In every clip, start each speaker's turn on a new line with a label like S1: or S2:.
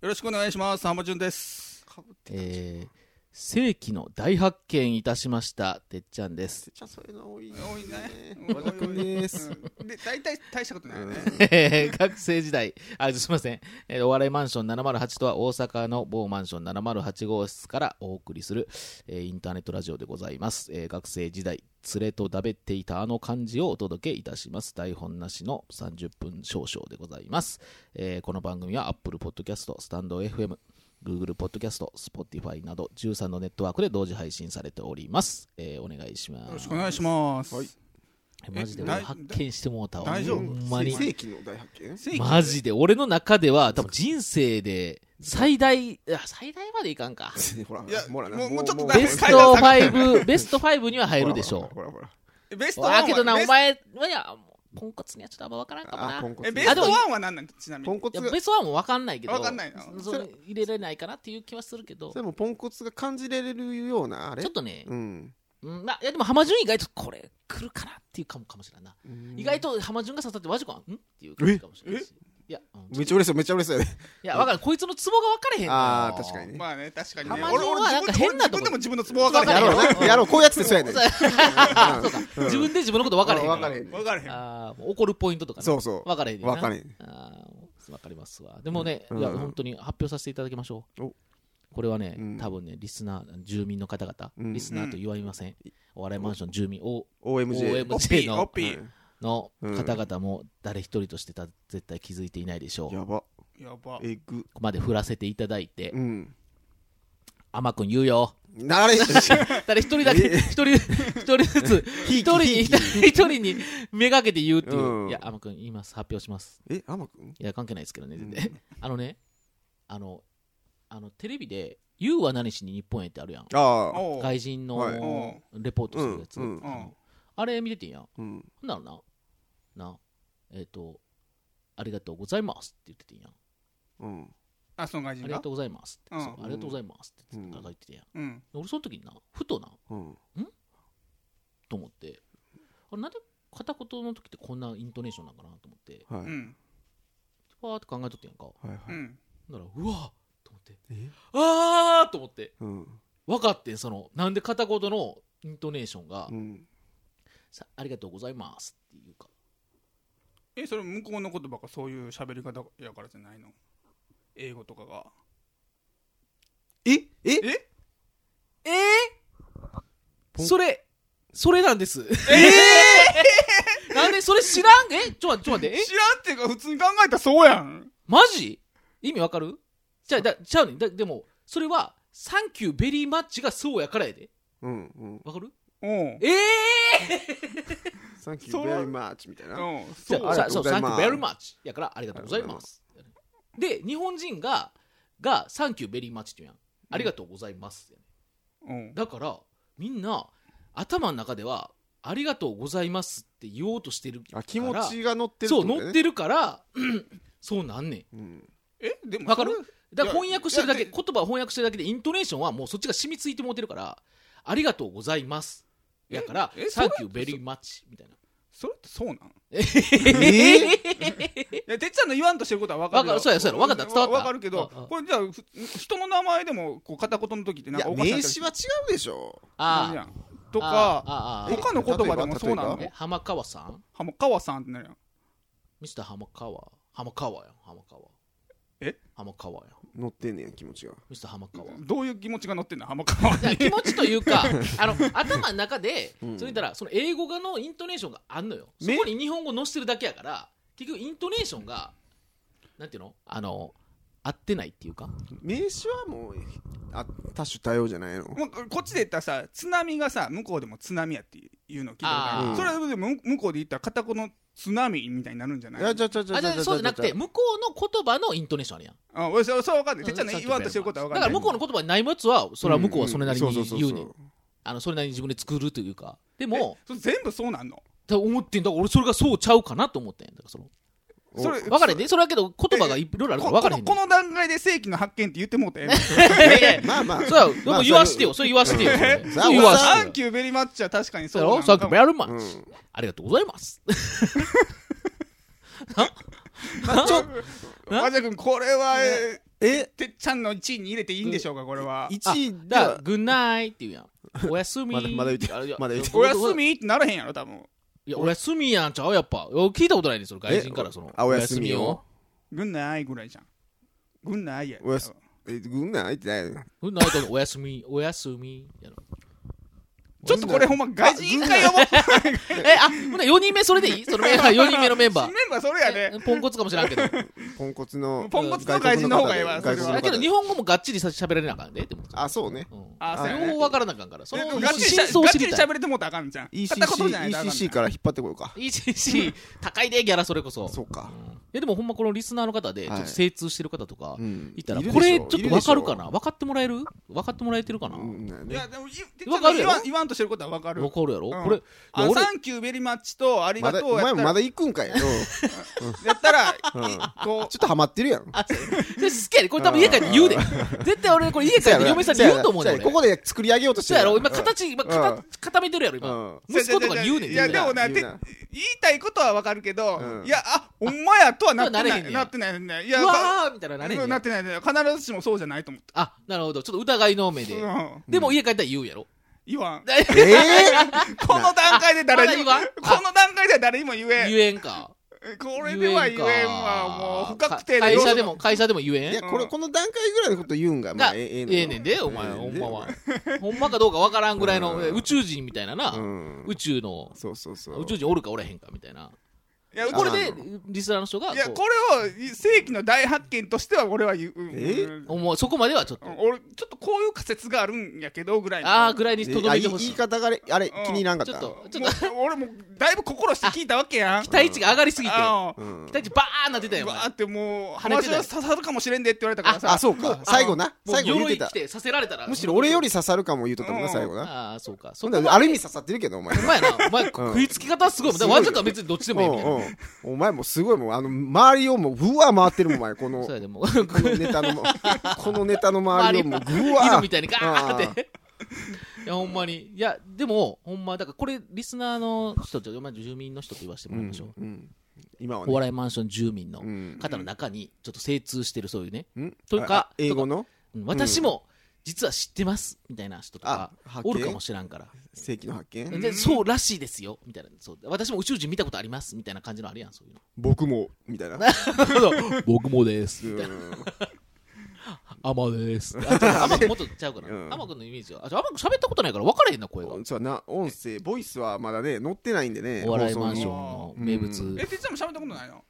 S1: よろしくお願いします。浜潤です。かぶって
S2: えー、世紀の大発見いたしましたてっちゃんです
S3: てっちゃんそういうの多いね
S1: 多いね。
S3: 和田君です
S1: うん。で、大体大したことないよね。
S2: えー 学生時代、あ、すみません、えーお笑いマンション708とは大阪の某マンション708号室からお送りする、えーインターネットラジオでございます。えー学生時代、連れとだべっていたあの感じをお届けいたします。台本なしの30分少々でございます。えーこの番組は Apple Podcast、スタンド FM、Google Podcast、Spotify など13のネットワークで同時配信されております。えーお願いします。
S1: よろしくお願いします。
S3: はい
S2: マジで俺
S1: えな
S2: 発見してもうたわ。
S1: 大丈夫
S2: ほんまに。
S3: 世紀の大発見
S1: 正規
S2: マジで俺の中では多分人生で最大いや最大までいかんか
S3: ほら
S1: いや
S3: もうな
S1: もうもうちょっとだ
S2: ベ
S1: いぶ
S2: スト5ベスト5には入るでしょ
S3: ほらほらほら
S1: ベスト
S2: う
S1: ワン
S2: だ
S1: は
S2: けどな
S1: ベ
S2: お
S1: ス
S2: 前いやポンコツにはちょっとあんま分からんかも
S3: あ
S2: な
S3: ポンコツ
S1: え、ベストワンは何なんちなみ
S3: ポン
S1: に。
S3: コ
S2: いや
S3: ツが
S2: ベスト1も分かんないけど
S1: わかんないの
S2: それ入れられないかなっていう気はするけど
S3: それもポンコツが感じれるようなあれ
S2: ちょっとね、
S3: うん
S2: うんまあ、いやでも浜順意外とこれ来るかなっていうかもかもしれんな、
S3: うん
S2: 意外と浜順が刺さってマジかんっていう感じかもしれないしいや、うん
S3: めっちゃ嬉しそうめっちゃ嬉しそうやね
S2: いや分かるこいつのツボが分かれへんのよ
S3: あー確かにね
S1: まあね、確かにね。
S2: 浜
S1: 俺、
S2: 順は
S1: 俺、
S2: なん
S1: 自
S2: か
S1: 分でも
S2: 変な
S1: 自
S2: とこ
S1: 分でも自分のツボ分か
S2: や
S1: ら
S3: や
S1: へん
S2: わ
S3: ろ
S1: よ。
S3: うなやろうこうやっててそうやねんうん
S2: 自分で自分のこと分かれへん
S3: 分かれへん
S1: 分からへん。
S2: あーもう怒るポイントとかね
S3: そうそう
S2: 分かれへんねんな
S3: 分かれへん
S2: あー分かりますわでもね、
S3: うん
S2: いや
S3: うん
S2: 本当に発表させていただきましょう
S3: お
S2: これはね、
S3: うん
S2: 多分ねリスナー住民の方々、
S3: うん
S2: リスナーと言われません、お笑いマンション住民を
S3: OMJ
S2: OMJ
S1: オッピ
S2: OMG
S1: ー、
S2: の
S1: オッピー。
S2: の
S3: うん
S2: 方々も誰一人としてた絶対気づいていないでしょう、
S3: や
S2: こ
S3: ば
S1: やば。
S3: えぐ
S2: こまで振らせていただいて、
S3: うん
S2: 甘くん言うよ
S3: なれ
S2: 誰一人だけ
S3: え
S2: 一人一人ずつ一人に一人にめがけて言うっていう、
S3: うん
S2: いや甘くん言います発表します
S3: え天くん
S2: いや、関係ないですけどね、全然。 あのね、あの、あの、テレビで、You は何しに日本へってあるやん。
S3: ああ
S1: おう
S2: 外人
S3: はい
S2: のレポートするやつ。
S3: うんうん
S1: うん
S2: あれ見ててんやん。
S3: うん
S2: ほんなのな、な、えっ、と、ありがとうございますって言っててんやん。あ
S3: うん
S1: あ、その外人
S2: り
S1: が
S2: がとうございますって。
S1: うん
S2: そうありがとうございますって言ってた書いててんやん。
S1: うん。
S2: 俺、その時にな、ふとな、
S3: うん
S2: と思って、あれなんで片言の時ってこんなイントネーションなんかなと思って、
S3: は
S1: う
S3: い
S1: ん。
S2: ふわーって考えとってんやんか。
S3: はいうはい
S1: ん。
S2: ほんなら、うわーと思って、
S3: え
S2: あーと思って。
S3: うん
S2: 分かってんそのなんで片言のイントネーションが、
S3: うん
S2: さありがとうございますっていうか
S1: え、それ向こうの言葉かそういう喋り方やからじゃないの英語とかが。
S3: ええ
S1: え
S2: え
S3: ポン
S2: れそれなんです
S1: え
S2: なんでそれ知らんえちょっと待ってちょっと待ってえ
S1: 知らんっていうか、普通に考えたらそうやん。
S2: マジ意味わかるじゃあだちゃうねんだでもそれはサンキューベリーマッチがそうやからやで
S3: うんうん
S2: わかる
S1: うん。
S2: ええ
S3: サンキュ
S1: そ
S3: ー
S1: れ
S3: ベリーマッチみたいな。
S1: うん。
S2: じ
S1: そ
S2: ゃ
S1: う
S2: あ。さそう
S3: あ
S2: サンキ
S3: りが
S2: ュ
S3: と
S2: ーベリ
S3: うございます
S2: ーマッチやからありがとうございますで日本人ががサンキューベリーマッチって言うやんありがとうございますやん
S1: うん。
S2: だからみんな頭の中では「ありがとうございます」って言おうとしてるから
S3: あ気持ちが乗ってる
S2: そう乗って
S3: る。
S2: るからうんそうなんねん
S3: うん
S1: え、でも。
S2: わかるだから
S1: いや
S2: 翻訳してるだ
S1: い
S2: け
S1: や
S2: 言葉を翻訳してるだけでイントネーションはもうそっちが染みついてもうてるから「ありがとうございます」やから
S1: え
S2: 「
S1: え
S2: サンキューベリーマッチ」みたいな
S1: それってそうなん
S2: え
S1: いや、てっちゃんの言わんとしてることは分かるよ。
S2: わかるそうやそうやわかった伝わった
S1: わかるけど、
S2: うんうん
S1: これじゃあ、ふ人の名前でも、こう、片言の時って
S3: い
S1: なん
S3: や
S1: かおかしな
S3: 名
S1: ったりす
S3: 詞は
S1: る
S3: 違うでしょ。
S1: あるや
S2: あ
S1: ん
S2: ー
S1: とか、
S2: あーあーあー
S1: 他の言葉でもそうな
S3: 例えば例
S1: の
S3: え
S2: え浜川さん
S1: 浜川さんってなるやん。
S2: ミスター浜川浜川やん浜川
S1: え
S2: 浜川やん
S3: 乗ってんねや気持ちが。
S2: ミスター浜川
S1: どういう気持ちが乗ってんの浜川
S2: いや
S1: に。
S2: 気持ちというかあの頭の中で、
S3: うん
S2: それ言ったらその英語がのイントネーションがあんのよそ
S1: ね
S2: こに日本語載せてるだけやから結局イントネーションがなんていうのあの合ってないっていうか
S3: 名詞はもうあ多種多様じゃないの。
S1: もうこっちで言ったらさ、津波がさ、向こうでも津波やっていうのを聞いたことあ
S3: あー
S1: る。それはでも向向こうで言ったら、片言の津波みたいになるんじゃない
S3: いやちゃちゃちゃ
S2: あ
S3: ち
S2: じゃ
S3: ゃ
S2: あそうじゃなくて
S3: ち
S2: 向こうの言葉のイントネーションあるやん
S1: あ俺それは分かんない。
S2: う
S1: てっちゃんの言わんとしてることは分か
S2: だから
S1: んな
S2: 向
S1: い。
S2: こうの言葉にないもつはそれは向こうはそれなり
S3: ん
S2: に
S3: んそ
S2: 言う
S3: そ
S2: ねん
S3: そ
S2: あのそれなりに自分で作るというかでも
S1: それ全部そうなんの
S2: だから思ってんだから俺それがそうちゃうかなと思ってんだからその
S3: お
S1: それ、
S2: 分かれんでそれはけど言葉がいろいろあるか
S1: ここ
S2: ら分かれへ
S1: の
S2: ん
S1: この段階で世紀の発見って言ってもうて。
S2: ねん
S3: まあまあ。
S2: そうやでも言わしてよ
S3: まあ
S2: それ言わしてよそれ
S3: うん
S2: それ言わ
S1: サ
S2: して
S1: ン
S2: よ
S1: キューベリーマッチは確かにそ
S2: そうう
S1: なの
S2: やろさっきベアルマ
S3: う
S2: ン
S3: ん
S2: チありがとうございます。
S3: まあちょっ
S1: 和田君これはえ
S3: え
S1: てっちゃんの1位に入れていいんでしょうかこれは
S3: 1位
S2: だから
S3: だ
S2: グッナイって言うやん。おやすみ。
S3: まだまだ言って
S2: あいや
S3: まだ言って
S1: おやすみってならへんやろ多分
S2: いや、おやすみやんちゃうやっぱ。いや聞いたことないね、それ外人からその。
S3: あおやすみよ
S2: おや
S1: ぐんないぐらいじゃんぐんないや
S3: おやすえぐんなん入ってないの
S2: グッナイとおやすみ、おやすみやろ。
S1: ちょっとこれほんま外人会を持って
S2: え、あ、ほな4人目それでいいそのメンバー、4人目のメンバ
S1: メンバーそれや
S2: ー。
S1: で
S2: えポンコツかもしらんけど。
S3: ポンコツの
S1: ポンコツの外人の方がええわ
S3: 外
S1: それ
S3: 国の
S1: は
S2: だ
S3: 方
S2: けど日本語もがっちりさ喋られなあかんで、でも。
S3: あそうね
S2: うん
S1: あそうやね
S2: 両方わからなあかんから。そ
S1: で
S2: の
S1: もがっちりしゃ
S2: 真相
S1: が
S2: を
S1: っ
S2: 知
S1: ちり
S2: りたい。
S1: 喋れてもうたらあかんじゃん片言じゃないとあかんじゃ
S3: ECC
S1: ん
S3: から引っ張ってこようか
S2: ECC 高いで、ギャラそれこそ。
S3: そうか
S2: いやでもほんまこのリスナーの方で、ちょ
S3: は
S2: っ
S3: い
S2: と精通してる方とか
S3: う、ん
S2: いたら、
S3: いるでし
S2: こ
S3: ょ
S2: れちょっとわかるか
S3: い
S2: な分かってもらえる分かってもらえてるかな
S3: るでしょうんだよ
S1: い
S3: ね
S1: やでもいてっち
S2: わ
S1: ゃん
S2: か
S1: が
S2: る
S1: 言
S2: やろ
S1: わん言わんとしてることはわかる
S2: わかるやろ
S1: うん
S2: これ、いや
S1: あ
S2: 俺
S1: サ、ンキューベリーマッチとあり
S3: ま
S1: が
S3: だ
S1: と
S3: お
S1: うや
S3: 前
S1: っ
S3: も
S1: た
S3: ま
S1: ら
S3: だ行くんかいうんちょ
S1: やったら
S3: うん
S1: こ
S3: っとハマってるやん
S2: あ、そう好きやで。これ多分家帰って言うで。絶対俺これ家帰って嫁さんに言うと思う
S3: そ
S2: ね
S3: や
S2: ん。
S3: ろ
S2: 俺
S3: ここで作り上げようとして
S2: そう
S3: る
S2: やろ
S3: ん
S2: 今形、今
S3: う
S2: 固
S3: ん
S2: 固めてるやろ
S3: うん
S2: 今。息子とかに言うねん。
S1: いや
S2: 絶
S1: で
S2: 対
S1: もなて
S3: 言う
S1: 言
S3: ない
S1: たいことはわかるけど、
S3: うん
S1: いやあほんまやとはなって
S2: とはな
S1: な
S2: れへんね
S1: い
S2: や
S1: なってないねいや
S2: うわーみたいな
S1: な
S2: なれへんねん
S1: なってないね必ずしもそうじゃないと思っ
S2: あ、なるほど。ちょっと疑いの目
S1: て、
S2: で
S1: う。ん、
S2: でも家帰ったら言うやろ。
S1: 言わん
S3: ええ
S1: この段階で誰にも、
S2: まだ言わん
S1: この段階では誰にも言えん
S2: 言えんか。
S1: これでは言えんわもう不確定
S2: か
S1: で
S2: 会社でも、会社でも言
S3: い
S2: え
S3: や
S2: ん。
S3: これこの段階ぐらいのこと言うんがま
S2: が、
S3: あ
S2: え
S3: え
S2: え
S3: え
S2: ねんで、お前、ほんまは。ほんまかどうかわからんぐらいの
S3: うん
S2: 宇宙人みたいなな
S3: う。ん
S2: 宇宙の、
S3: そうそうそう
S2: 宇宙人おるかおらへんかみたいな。
S1: いや
S2: こ
S1: こ
S2: れ
S1: れ
S2: で
S3: あな、
S2: リスナーの人が
S1: いや
S2: こう
S1: これを世紀の大発見としては俺は言う、うん
S3: え
S1: うん
S2: おもうそこまではちょっと。
S1: 俺ちょっとこういう仮説があるんやけどぐらいの
S2: ああ、ぐらいにとど
S3: あ
S2: め
S3: い
S2: てほ
S3: 言
S2: し
S3: い
S2: い。
S3: 方があれあれ
S1: うん
S3: 気に入らんかっ
S2: ちょ
S3: た
S2: っと、ちょっ
S1: も
S2: と、
S1: う俺もだいぶ心して聞いたわけやん
S2: 期待値が上がりすぎて、
S1: あ
S3: う
S1: あ
S3: ん
S2: 期待値バーンなってたよ、
S1: う
S2: お
S1: わ
S2: 前
S1: ーってもう
S2: 跳ねて
S1: 話
S2: たよ
S1: が刺さるかもしれんでって言われたからさ
S3: あそうか最後な
S2: もう
S3: 最後言っ
S2: 鎧
S3: て
S2: 着
S3: た
S2: てさせられたら。
S3: むしろ俺より刺さるかも言うとったもんな
S1: うん
S3: 最後な
S2: ああ、そうか。そ
S3: ほ
S2: うん
S3: ならある意味刺さってるけどお前
S2: お前やな、お前、食いつき方すごいもん。だからわざとは別にどっちでもいいみたいな。
S3: うんうんお前もうすごいもうあの周りをもうぐわー回ってるもんお前この
S2: そう
S3: こ
S2: やでもう、犬
S3: のネタの もこのネタの周りをもうぐわー
S2: みたいにガーって。いや、ほんまに。いや、でも、ほんま、だからこれ、リスナーの人、じゃあお前住民の人と言わせても
S3: う
S2: らい
S3: ん
S2: ましょう。
S3: うん今は
S2: お
S3: ね
S2: 笑いマンション住民の
S3: うん
S2: 方の中に、ちょっと精通してる、そういうね、
S3: うん
S2: というか
S3: あ英語の
S2: うん私も、実は知ってます、みたいな人とか
S3: あ、発見
S2: おるかもしらんから。
S3: 世紀の発見
S2: でそうらしいですよ、みたいな。そう私も宇宙人見たことあります、みたいな感じのあるやん、そういうの。
S3: 僕も みたいな
S2: 僕もです
S3: うん
S2: アマです。あ、ちょっとアマ 君もっとちゃうかな。
S3: うん
S2: アマ君のイメージは。あ、ちょアマ君喋ったことないから分からへんな、声が。
S3: そうやな音声ボイスはまだね載ってないんでね
S2: お笑い
S3: 放
S2: マ
S3: 送に
S2: ンションの名物。
S1: えてっちゃんも喋ったことないの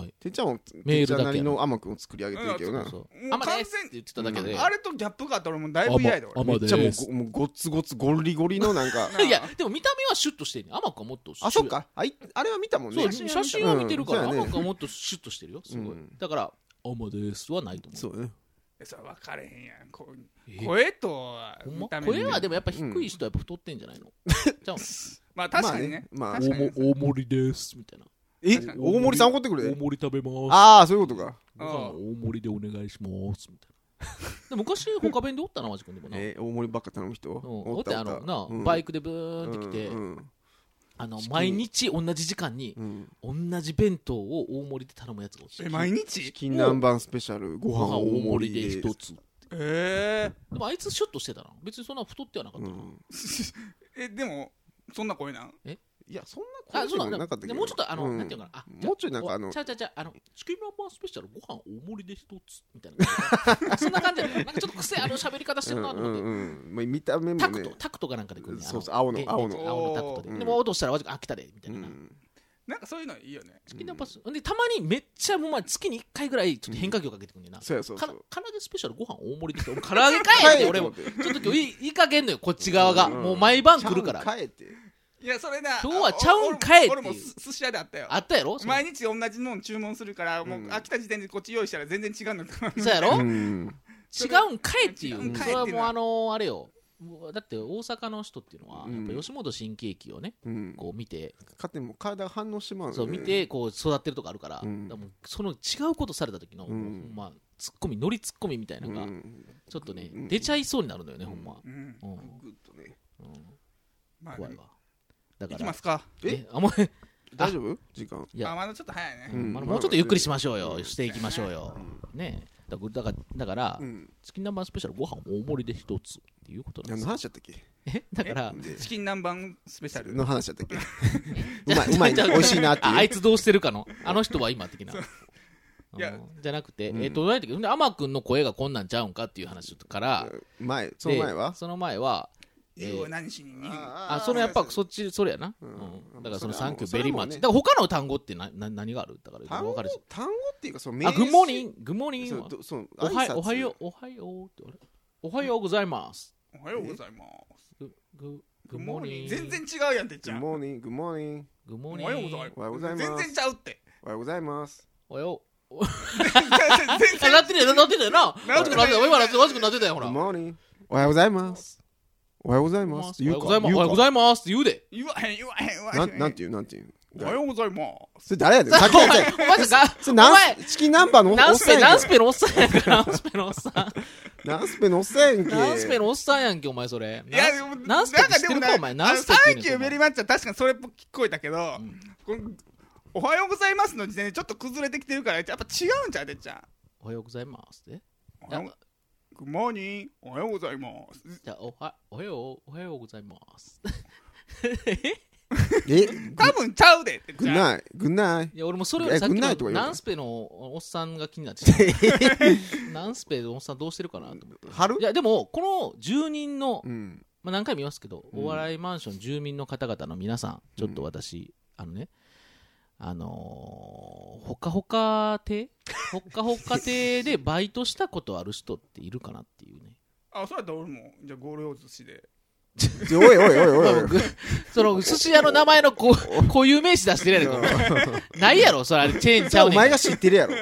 S2: ない。
S3: てっちゃんも
S2: メ
S3: て
S2: ー
S3: っ
S2: ル
S3: ち
S2: だ
S3: ゃ
S2: けや
S3: んなりの天くんを作り上げてるけど
S2: そうそ
S3: な
S2: う
S1: も。う
S2: アマですって
S1: 完全
S2: 言ってただけで。
S1: あれとギャップがあったらもうだいぶ嫌やで俺
S2: アマ
S3: めっちゃもう
S2: です
S3: ごもうゴツゴツゴリゴリのなんか
S2: いや、でも見た目はシュッとしてるね。アマ君はもっとシュッ
S3: あそっ。かあいあれは見たもんね
S2: そう、写真は見てるから、
S3: うん
S2: ア
S3: そう
S2: マ
S3: やね
S2: 君はもっとシュッとしてるよ。すご
S3: う
S2: い
S3: ん。
S2: だから、アマですはないと思う。
S3: そうね
S1: えそれ分かれへんやんこ
S2: え
S1: 声と
S2: ほんま
S1: 見た目
S2: 声はで
S1: も
S2: もやっぱ低い人はやっぱ太ってんじゃないのちゃうの
S1: まあ確かにね
S3: まあね
S1: 確かに
S2: 大盛りですみたいな
S3: え
S1: 確かに
S3: 大森さん怒ってくれ
S2: 盛り食べます
S3: ああそういうことか
S2: ご飯は大盛りでお願いしますみたいなで昔他弁でおったなマジ君でもな、
S3: えー大盛りばっか頼む人
S2: うん、おってあのな、バイクでブーンって来て、
S3: うん
S2: あの毎日同じ時間に
S3: うん
S2: 同じ弁当を大盛りで頼むやつがおって
S1: え毎日
S3: チキン南蛮スペシャルご
S2: ご飯
S3: 飯
S2: 大
S3: 大
S2: 盛
S3: 盛
S2: り
S3: り
S2: で
S3: で
S2: 一つで
S1: え
S2: もあいつシュッとしてたな別にそんな太ってはなかっ
S3: う
S2: た、
S3: ん
S1: ええでもそんな声なん
S3: いやそんな
S2: あ
S3: 声
S2: そうだ
S3: でもなかったけ
S2: で
S3: ど
S2: もうちょっとあの、
S3: ん
S2: なんていうのかなあ
S3: もうちょいなんかあの
S2: ちゃうちゃうちゃうあのチキンラーマンスペシャルご飯大盛りで一つみたいなそんな感じでなんかちょっと癖ある喋り方してるなと思って、
S3: うんうんうんまあ見た目も
S2: タク
S3: ね
S2: ト、タクトかなんかで来るね。
S3: そうそう
S2: あ
S3: 青の
S2: げ
S3: 青の
S2: 現地青のタクト
S1: お
S2: で。
S3: ー
S2: でも、落としたら、わずかあ、来たで、みた
S3: う
S2: いな。
S3: ん
S1: なんかそういうのいいよね
S2: チキンナンパス。で、たまにめっちゃ、もうまあ月に1回ぐらい、ちょっと変化球かけてくんねんな。
S3: そうやそう
S2: か
S3: そ
S2: 唐
S3: う
S2: 揚げスペシャルご飯大盛りできて、俺唐揚げかえって、俺も。
S3: 帰れと思って
S2: ちょっと今日いい、いい加減のよ、こっち側が。
S3: ん
S2: もう毎晩来るから。
S3: 帰って
S1: いやそれな
S2: 今日はちゃうんかい
S1: あ俺も俺
S2: っ
S1: も
S2: ていう
S1: す寿司屋であったよ
S2: あったやろその
S1: 毎日同じもん注文するからもう
S3: うん
S1: 飽きた時点でこっち用意したら全然違うのか
S2: そうや
S3: う
S2: ろ
S3: ん
S2: 違うんかいってい
S1: 違うん
S2: う。
S1: かいっ
S2: そ
S1: ていうのは
S2: れはもう、あの、あれよ。もうだって、大阪の人っていうのは、
S3: う
S2: やっ
S3: ん
S2: ぱ吉本新喜劇をね、
S3: うん
S2: こう見て、
S3: 勝手にもう体が反応してまうのね
S2: そう見てこう育ってるとかあるから,、
S3: うん
S2: もうその違うことされた時の、
S3: うん
S2: ほんまツッコミノリツッコミみたいな
S3: う
S2: のが、
S3: ん
S2: ちょっとね、
S3: うん
S2: 出ちゃいそうになるのよね、ほんま、
S1: うん
S2: うん
S3: グッとね
S1: まあ
S2: 怖いわだ
S1: い
S2: か
S1: き
S2: ら
S1: ますか
S3: え
S2: ねあも う
S3: 大丈夫時間
S2: いや
S1: あまだちょっと早いね
S3: うん
S2: まあもうちょっとゆっくりしましょう
S3: う
S2: よ
S3: ん
S2: していきましょうよ、ねえだからだからだから、
S3: うん。
S2: チキン南蛮スペシャルご飯大盛りで一つっていうことなん
S3: 何
S2: で
S3: の
S2: す
S3: 話だったっけ
S2: え だから
S3: で
S1: チキン南蛮スペシャル
S3: の話だったっけうまい、うまい、
S2: じ
S3: 美
S2: ゃあ
S3: 味しいなって
S2: ああい
S3: い。
S2: うつどうしてるかのあの人は今的な
S1: いや
S2: うんじゃなくて、
S3: うん
S2: えっと何やったっけほんで天くんの声がこんなんちゃうんかっていう話から
S3: 前、その前は
S2: でその前はえ
S1: 言う何しに
S2: あそのやっぱ
S3: そ
S2: そっちそれやな、
S3: うん
S2: うんだからその「
S3: それ
S2: サ
S3: は
S2: ン
S3: も
S2: キ
S3: う
S2: ューベリーマッチ」
S3: それはもうね
S2: だから他の単語ってなな何があるだから
S3: 単
S2: 分
S3: 語
S2: かるでしょ
S3: 単語っていうか、その名
S2: あ
S3: 詞
S2: グッモーニンググッモーニン
S3: そう
S2: は
S3: どそう
S2: おは
S3: 挨拶
S2: おはようおはようってあれおはようございます
S1: おはようございます
S2: グググッモーニン
S1: 全然違うやんてっ
S3: グ
S1: ちゃ
S3: ッ
S1: んお
S3: モーニング、グッモーニング、
S2: グッモーニン
S1: はようござい
S3: おはようござい
S1: ま
S3: ますす
S1: 全然ちゃうって
S3: おはようございます。
S2: おはよう
S1: 全
S2: あ
S1: 然
S2: なってるよなってるよな
S1: な
S2: な
S1: っ
S2: ってて
S1: る
S2: るよな今なってるよなってたよほ
S3: グッ
S2: ら
S3: モーニング、おはようございます。おはようござい
S2: おは
S3: ま
S2: よ
S3: す。言
S2: う
S3: う
S2: ご
S3: か
S2: ざいますおはようございますって言うで
S1: 言わへん言わへん言わ
S3: な
S1: へん
S3: んなんていう、なんていう。
S1: おはようございます
S3: それ誰やでさっき言ったよ
S2: お前さ
S3: それ
S2: お
S3: ナ
S2: 前
S3: ンスチキンナンバーのおっ
S2: ナンス
S3: さん
S2: ペ
S3: やんけ
S2: ナンスペのおっさんやんけナンスペのおっさん
S3: ナンスペのおっさんやんけ
S2: ナンスペのおっさんやんけお前それ
S1: いや、でも
S2: ナンスペって知ってる
S1: なん
S2: かお前ナンスペっ
S1: あの
S2: て
S1: サンキ
S2: 言
S1: ュ
S2: う
S1: ーベリ
S2: ね
S1: ーマッチは確かにそれっぽく聞こえたけど、このおはようございますの時点でちょっと崩れてきてるから、やっぱ違うんちゃうてっちゃん。
S2: おはようございますって
S1: おはようグッモーニングおはようございます。
S2: じゃあおはおはようおはようございます
S3: え
S1: 多分ちゃうでってっ
S3: グ
S1: ち
S3: ッ
S1: ゃん。
S3: ナイグッナイ
S2: いや俺もそれより
S3: え
S2: さっき
S3: グッナイとか
S2: の
S3: 言うの
S2: ナンスペのおっさんが気になってきたナンスペのおっさんどうしてるかなと思って
S3: 春
S2: いやでもこの住人の、
S3: うん
S2: まあ、何回も言いますけど、
S3: うん
S2: お笑いマンション住民の方々の皆さんちょっと私、あのねあのー、ほかほか亭ほっかほか亭でバイトしたことある人っているかなっていうね
S1: あ、それだったら俺も、じゃあゴールド寿司で。
S3: ちょおいおいおいおいおい
S2: 僕その寿司屋の名前のこう固有名詞出してるやろこれないやろそれあれチェーンちゃう
S3: お
S2: ねん
S3: 前が知ってるやろ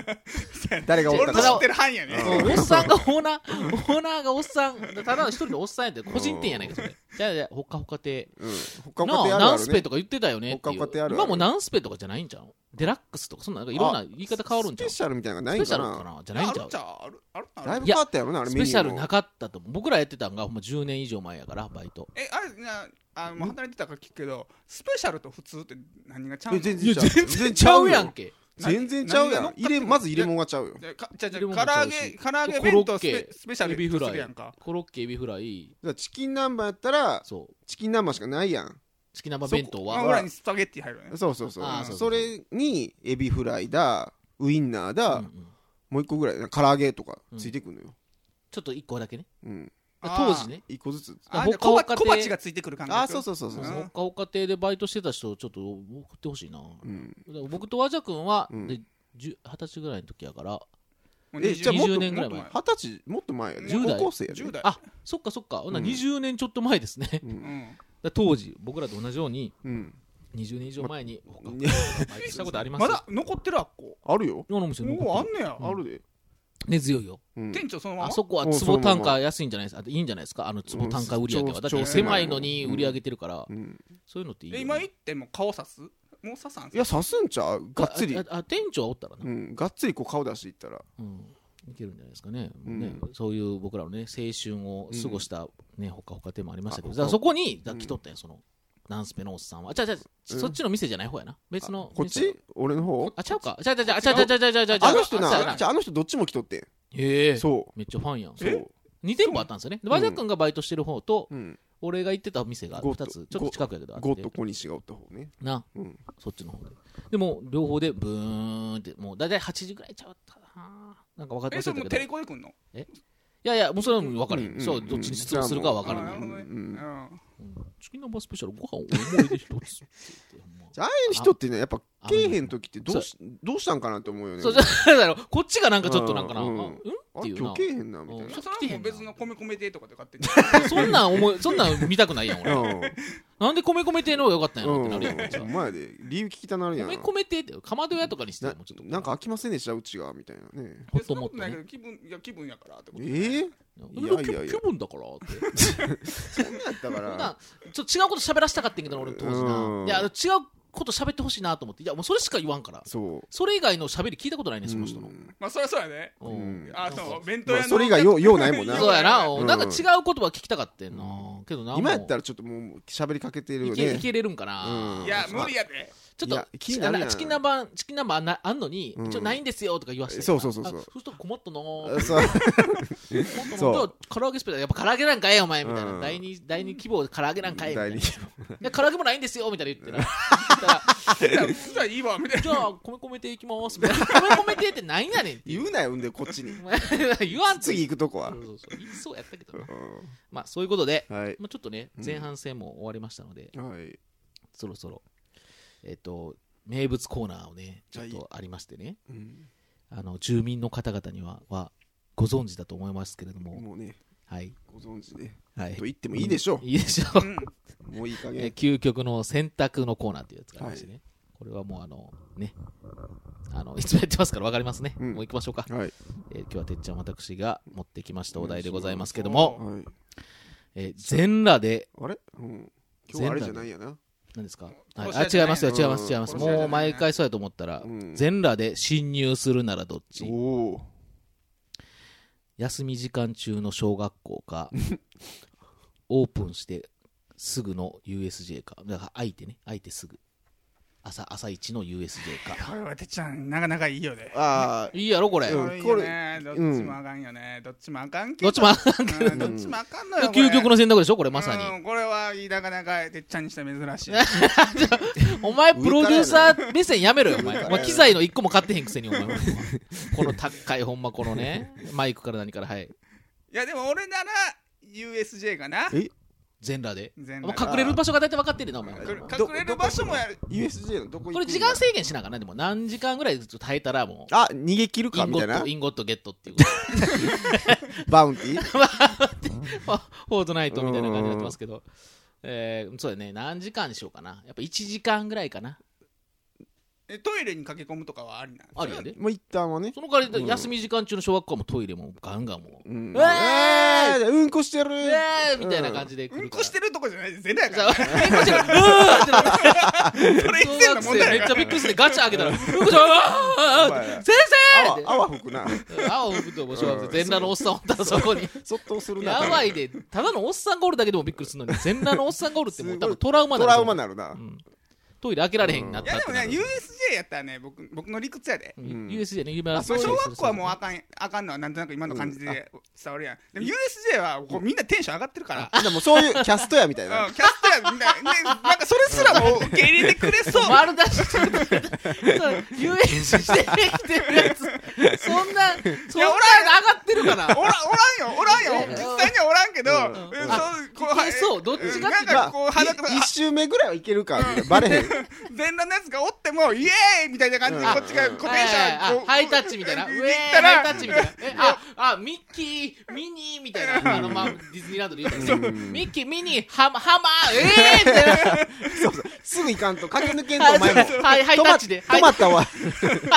S3: 誰がおった
S1: 俺の知
S3: か
S1: ってる範囲やね。
S2: うんおっさんがオーナー、オーナーがおっさん、ただの一人のおっさんやって、個人店やないか、それ。じゃあじゃあ、ほっかほか亭。
S3: うんほか
S2: な
S3: ほかて
S2: あ、
S3: ある
S2: ナ
S3: あ
S2: ンス
S3: る
S2: ペ
S3: ね
S2: とか言ってたよねっていう。
S3: ほっかほか亭あるある
S2: 今もうナンスペとかじゃないんちゃうデラックスとか、そんな、なんかいろんな言い方変わるんちゃう
S3: スペシャルみたいなのが
S2: ス
S3: ないん
S2: ペシ
S3: か
S2: ャルか
S3: な
S2: なじゃないん
S1: あ
S2: ち
S1: る
S2: ゃう
S1: ちゃうあるあるある
S3: だいぶ変わったやろなあれ
S2: ス
S3: メ
S2: ペ
S3: ニュ
S2: シャ
S3: ー
S2: ル
S3: も
S2: なかったと思う。僕らやってたんが、ほんま10年以上前やから、バイト。
S1: え、あれ、なあの、働いてたから聞くけど、スペシャルと普通って何がちゃうの
S3: いや全
S2: い
S3: い
S2: や、
S3: や
S2: 全
S3: 全
S2: 然
S3: 然
S2: ち
S3: ち
S2: ゃ
S3: ゃ
S2: う
S3: う
S2: や
S3: や
S2: ん
S3: ん
S2: け。
S3: 全然ちゃう
S1: 何
S3: やん
S1: が
S3: 入れまず入れ物がちゃうよ
S1: じゃあかじゃあじゃあ
S2: 入れ物も
S1: 唐揚
S2: ちゃう
S1: げ、
S2: し
S1: 唐揚げ
S2: コロ
S1: 弁
S2: ッ
S1: 当ス
S2: ケ
S1: ペスペシャ
S2: エ
S1: ル
S2: ビフ
S1: と
S2: ラ
S1: する
S2: イ
S1: やんか。。
S2: コロッケ、エビフライ、
S3: だからチキン南蛮やったら
S2: そう、
S3: チキン南蛮しかないやん
S2: チキン生弁当
S1: あ
S2: は。
S1: 裏にスパゲッティ入るね。
S3: そうそうそう
S2: あーそうそう
S3: それにエビフライだウインナー
S2: う
S3: だ
S2: んうん
S3: もう一個ぐらい唐揚げとかついてくるのよ
S2: ちょっと1個だけね。
S3: うん
S2: 当時ね。
S3: 一個ずつ
S1: あ
S2: ほ
S1: じ
S2: っ
S1: ゃ
S2: か
S1: あ小
S2: ほ
S1: 鉢
S2: か亭
S1: 小鉢がついてくる感覚
S3: あーそうそうそうそう
S2: そう
S3: そ
S2: そううんほっかほか亭でバイトしてた人ちょっと送ってほしいな、
S3: ううん
S2: でも僕と和じゃくんは、
S3: うん
S2: でじゅ20歳ぐらいの時やから
S1: もう
S3: えじゃあもっと
S2: 20年ぐらい前
S1: もっと
S3: 二十歳もっと前やで
S2: 10代
S3: 高校生やで
S1: 10代
S2: あそっかそっかほな
S3: うん
S2: 20年ちょっと前ですね、
S3: う
S1: うんん
S2: だ当時僕らと同じように
S3: うん
S2: 20年以上前にほっかほか
S3: いや
S2: 亭でバイトしたことあります
S1: まだ残ってるあっこ
S3: あるよ
S2: 今の店
S1: もうあんねや
S3: あるで
S2: 根強いよ
S3: うん
S1: 店長そのまま
S2: あそこは
S3: うん
S2: 坪単
S3: そのま
S2: 価
S3: ま
S2: 安いんじゃないですかあといいんじゃないですかあの坪単価売り上げ
S3: う
S2: は
S3: ん
S2: だって
S3: 超
S2: 狭いのに
S3: うん
S2: 売り上げてるから、
S3: うん
S2: そういうのっていいよ
S1: え
S2: ね、
S1: 今行っても顔さすもうささんす
S3: いや刺すんちゃうがっつり
S2: あああ店長はおったらな、
S3: うんがっつりこう顔出していったら
S2: うん、いけるんじゃないですかね,、
S3: うん
S2: ねそういう僕らのね青春を過ごした、ねほかほか店もありましたけどだ
S3: あ
S2: から
S3: ほか
S2: そこにだ
S3: うん
S2: 来とったんやそのダンスペのおっさんはあちゃうちゃうそっちの店じゃない方やな別の
S3: こっ
S2: 店
S3: ち俺の方
S2: あちゃうかちゃうちゃうちゃうちゃうちゃうちゃうちゃうちゃうちゃう
S3: あの人
S2: ちゃうちゃ
S3: な
S2: う
S3: じゃああの人どっちも来とって
S2: へえ
S3: んそ
S2: めっちゃファンやん
S3: う
S1: え
S3: そう
S2: 2店舗あったんですよねで和田君がバイトしてる方と
S3: うん
S2: 俺が行ってたお店が
S3: ゴッ
S2: 2
S3: ド
S2: つちょっと近くやけどあ
S3: ゴ
S2: っ
S3: ッ
S2: て
S3: ド小西がおった方ね
S2: な
S3: うん
S2: そっちの方ででも両方でブーンってもう大体8時ぐらいちゃうったななんか分かって
S1: え
S2: まし
S1: そ
S2: た
S1: れも
S2: け
S1: うテ
S2: どい
S1: レコで来んの
S2: やいやもうそれはもう分かる
S3: うん
S2: そうどっちに質問するかは分
S1: あ
S2: か
S1: ー
S2: る
S1: なるほどね
S3: うん
S1: うん
S2: チキン南蛮スペシャルご飯大盛りで一つって言って ほんま
S3: じゃあああいう人ってねやっぱ
S2: あ
S3: けえへん時ってどうしどうしたんかなって思うよね
S2: そうじゃだろこっちがなんかちょっとなんかな、う、
S3: うんん
S2: うんっ
S3: あ
S2: てい
S3: れ
S2: う
S3: 今
S2: な
S3: 日けえへんなみたい
S2: うん
S3: な
S1: それはもう別の米米亭とかで買ってんじ
S2: そんなん思いそんなん見たくないやん俺
S3: うん
S2: なんで米米亭の方が良かったんやろってなるやんこっち
S3: う
S2: は
S3: ん前で理由聞きたなるやん
S2: 米米亭ってかまど屋とかにして
S3: な
S2: もうちょっと
S3: なんか飽きませんでしたうちがみたいなね
S1: ゃ
S2: ほ
S1: ん
S2: っ ともっと
S1: いやそんなことないけ
S2: ね
S1: ど気分いや気分やからってこと
S3: ええ
S2: い
S3: いやいやいや
S2: や気分だからって
S3: そんなんやったか
S2: そんな
S3: ら
S2: んちょっと違うこと喋らせたかったんやけどな俺当時な、
S3: うん
S2: いやあの違うこと喋ってほしいなと思っていやもうそれしか言わんから
S3: そう
S2: それ以外の喋り聞いたことないねその人の、
S3: うん
S1: まあそりゃそうやね
S2: うん
S3: うん
S1: あそう弁当
S3: ま
S1: 屋
S3: あ
S1: の
S3: それ以外ようようないもんな
S1: よ
S2: そうやな、
S1: うん
S2: なんか違う言葉聞きたかってんな、けどな
S3: 今やった
S2: ら
S3: らちょっともう喋りかけてる
S2: い
S3: よ
S2: け,、
S3: ね
S2: いけれるんかな、
S3: うん
S1: いや無理やで
S2: ちょっ
S3: い
S2: と
S3: や気になるやん
S2: チキン南蛮チキン南蛮なあんのに、
S3: うん
S2: 一応ないんですよとか言わせて
S3: そうそうそうそ
S2: あ
S3: う
S2: そうすると困 ったな困っ
S3: あ そう
S2: たな
S3: そう
S2: 唐揚げスペシャルやっぱ唐揚げなんかええお前みたいな、
S3: うん
S2: 第二第二希望で唐揚げなんかええみたいな
S3: 第二
S2: で唐揚げもないんですよみたいな言って な言った
S1: じ
S2: ら
S1: ゃあじゃあいいわ みたい
S2: じゃあ米米ていきますみたいな米米てってなんやねんって いう
S3: 言うなよんでこっちに
S2: 言わんと
S3: 次行くとこ
S2: そ
S3: は
S2: うそうそう言いそうやったけどな
S3: う
S2: まあそういうことで、
S3: んはい
S2: まあ、ちょっとね
S3: うん
S2: 前半戦も終わりましたので、
S3: はい
S2: そろそろえっ、と名物コーナーをねちょっ
S3: はい
S2: とありましてね
S3: うん
S2: あの住民の方々にははご存知だと思いますけれども、
S3: もうね
S2: はい
S3: ご存知で
S2: はい
S3: と言ってもいいでしょ
S2: いいでしょ
S1: な
S2: う、
S1: うん
S3: うもういい加
S2: え
S3: 減
S2: 究極の選択のコーナーっていうやつがありましてね、これはもうあのねあのいつもやってますから分かりますね、
S3: うん
S2: もう行きましょうか、
S3: はい
S2: えー今日はてっちゃん私が持ってきましたお題でございますけど
S1: お願いし
S2: も、
S3: はい
S2: えー全裸で
S3: あれうん今日はあれじゃないやな
S2: 何ですか、
S1: うん
S2: は
S1: 殺
S2: い
S1: し合い
S2: あ
S1: じゃ
S2: 違
S1: ない
S2: いますよ違いま
S3: う
S2: す
S3: ん
S2: 違いま
S1: 殺
S2: す
S1: し合いじゃない
S2: もう毎回そうやと思ったら、
S3: うん
S2: 全裸で侵入するならどっち
S3: おお
S2: 休み時間中の小学校 かオープンしてすぐの USJ かだから空いてね空いてすぐ朝朝一の USJ か
S1: これはてっちゃんなかなかいいよね
S3: あ
S2: いいやろこれ、
S3: う
S1: こ
S3: ん
S1: れいいよねどっちもあかんよねどっちもあかんけど
S2: どっちもあ
S1: うんどっちもあかんのよこれ
S2: 究極の選択でしょこれまさ
S1: う
S2: に
S1: んこれはなかなかてっちゃんにして珍しい
S2: お前プロデューサー目線やめろよお前お前機材の一個も買ってへんくせにお前この高いほんまこのねマイクから何からはい
S1: いやでも俺なら USJ かな
S3: え
S2: 全裸で
S1: 全
S2: もう
S1: 裸
S2: 隠れる場所が大体分かってるなお前
S1: 隠れ
S3: ど
S1: 隠れる場所もやる
S3: あ USJ のどこ行く
S2: こ
S3: んだ
S2: れ時間制限しながらなでも何時間ぐらいずっと耐えたらもう
S3: あ逃げ切る
S2: イ
S3: か
S2: ン
S3: み
S2: ゴ
S3: たい
S2: ッ
S3: な
S2: トインゴットゲットっていう こと
S3: バウンティ
S2: フォフォートナイトみたいな感じになってますけど、えーそうだね、何時間にしようかな。やっぱ1時間ぐらいかな。
S1: えトイレに駆け込むとかはありなの
S2: あるやで。
S3: もう一旦はね
S2: その代わりで、
S3: うん
S2: 休み時間中の小学校もトイレもガンガンもう、
S3: うん
S2: うわー
S3: えーうんこしてる
S2: うえーみたいな感じで来
S1: う
S2: る
S1: ん
S2: か
S1: こ
S2: ら。
S1: してるとこじゃない全裸や
S2: じ
S1: か
S2: ゃあ
S1: ら
S2: えこっちがうーってなる
S1: それ一
S2: 小
S1: 点の
S2: 学
S1: 問
S2: 生め
S1: 題
S2: っ
S1: やか
S2: ちゃ
S1: ら
S2: びっくりしてガチャ開けたら、うんこちゃん、あーあーあーって先生って
S3: あわあわ吹くな
S2: 青吹くと面白い。全裸のおっさんおったらそこに。
S3: そっとするな
S2: やば
S3: い
S2: いで、ただのおっさんがおるだけでもびっくりするのに、全裸のおっさんがおるってもう多分トラウマ
S3: ト
S2: な
S3: ラ
S2: る
S3: ウマなるな
S2: うんトイレ開けられへんなっ
S1: いや
S2: たっ
S1: で
S2: て
S1: も
S2: な
S1: ね
S2: る
S1: USJ やったらね僕僕の理屈やで
S2: う
S3: うんん
S2: USJ ね、夢
S1: ま
S2: は
S1: あ小
S2: そうです
S1: 学校はもうあかんあかんのはなんとなく今の感じで伝わるやんでも USJ はこうみんなテンション上がってるから
S3: あでもそういうキャストやみたいな
S1: うんキャスターみたいなねなんかそれすらも受け入れてくれそう
S2: 丸出ししてるそう USJ 来てるやつそんなそんなの上がってるか
S1: お
S2: な
S1: らおらんよおらんよ
S2: うん
S1: 実際にはおらんけど
S3: うん
S1: うん
S2: うん
S1: そう
S2: いけそうどっちかっ
S1: なん
S2: ていうと
S1: か
S3: ま
S1: こう
S3: あ
S1: 裸
S3: い一周目ぐらいはいけるかみたいなバレへん
S1: 全裸のやつがおってもイエーイみたいな感じで
S3: うん
S1: こっちがこうテンシ
S2: はいはい
S1: ョ
S2: はい
S1: ン
S2: あハイタッチみたいな。ウェ
S1: 行っ
S2: ーイ
S1: た
S2: ハイタ
S1: ら
S2: ッチみたいな。え、あ、あ、ミッキー、ミニーみたいな。あの、まあ、ディズニーランドで言うたらね
S3: うん
S2: ミッキー、ミニー、ハマ、ハマー、えーみたいな。
S3: そうそうすぐ行かんと駆け抜けん とお前も
S2: はいはい、ハイタッチで。
S3: 止まった終 わり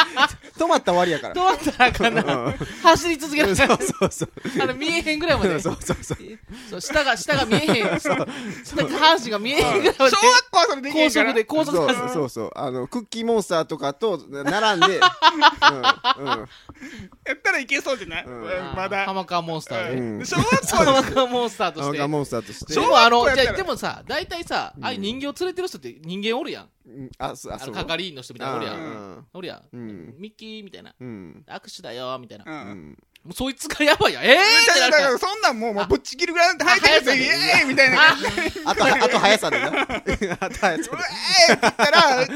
S3: 止まった終わりやか
S2: 止まったらあかんな。
S3: ら
S2: 走り続け
S3: う
S2: る
S3: んそうそうそう
S2: あの、見えへんぐらいまで。
S3: そうそうそう
S2: そう下が下が見えへん下下半身が見えへんぐらい
S1: 小
S2: ま
S1: 学校はそれで
S2: で
S1: きへ
S2: 高
S1: んから
S2: 速で 高速
S3: そう
S2: で
S3: そうそうあのクッキーモンスターとかと 並んでうんうん
S1: やったらいけそうじゃない
S3: うん
S1: うんまだ
S2: 浜川モンスター
S1: う
S2: で
S1: ん
S3: うん
S1: 小学校
S2: 浜川モンスターと
S3: あ
S2: し
S3: の
S2: て
S3: ガモンスターとし
S2: で
S3: て
S1: 小学校
S2: もあの
S1: やったら
S2: じゃあでもさ大体さああいう人形連れてる人って人間おるやん
S3: うんあそうあ
S2: あ
S3: そ
S2: の
S3: う
S2: 係員の人みたいなのおるやんおるや
S3: うんん
S2: ミッキーみたいな
S3: うん
S2: 握手だよみたいな
S1: う
S2: も
S1: ん
S2: うそいつがやばいやんええ
S1: だ
S2: ってなる
S1: か
S2: から
S1: らそんなんもうもうぶっちぎるぐらいなんて入って
S2: あ
S1: くる
S2: 早
S1: イ
S2: いや
S1: エーイみたいな
S2: あ
S1: 感じで
S3: あとあと速さでな あと速
S1: う
S3: さ
S1: えーって言ったら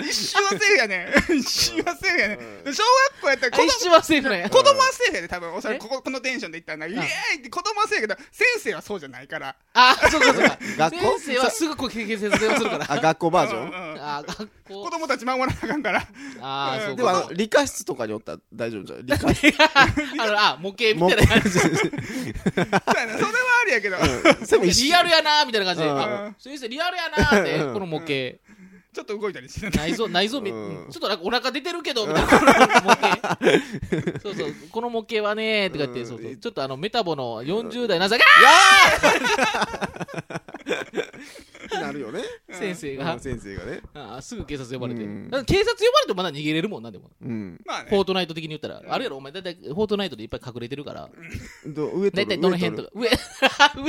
S1: 一周はセーフやねん一周はセーフやねんで小学校やったら子
S2: あ
S1: 供
S2: 一番セーフなんや
S1: 子供はセーフやで多分おそら
S2: え
S1: くこここのテンションでいったらなイエーイって子供はセーフやけど先生はそうじゃないから
S2: あそうかそうか
S3: 学校
S2: 先生はすぐこう経験説明をする から
S3: あ学校バージョン
S1: うんうん
S2: あ学
S1: 子
S2: 校
S1: 供たち守らなあかんから
S2: あーそう
S3: でもあ
S2: か
S3: の理科室とかにおったら大丈夫じ ゃん理科室
S2: あのあ模型みたいな感じ
S1: そうやなそれはありやけど
S3: それも一緒
S2: リアルやなーみたいな感じで、
S3: うん
S2: あ先生リアルやなーって、
S3: うん
S2: この模型、
S1: ちょっと動いたりして ない
S2: 内臓内臓み、
S3: うん
S2: ちょっとなんかお腹出てるけどみたいな模型そうそうこの模型はねとか言って、
S3: うん
S2: そうそうちょっとあのメタボの40代なぜか、
S3: なるよね。
S2: あー先生が、
S3: 先生がね。
S2: あーすぐ警察呼ばれて、
S3: うん
S2: だから警察呼ばれてもまだ逃げれるもんなんでも、
S3: うん。
S1: まあ
S2: フォ
S1: ね
S2: ートナイト的に言ったら、あるやろお前だいたいフォートナイトでいっぱい隠れてるから
S3: ど上
S2: 大
S3: 取
S2: 体
S3: る
S2: どの辺とか上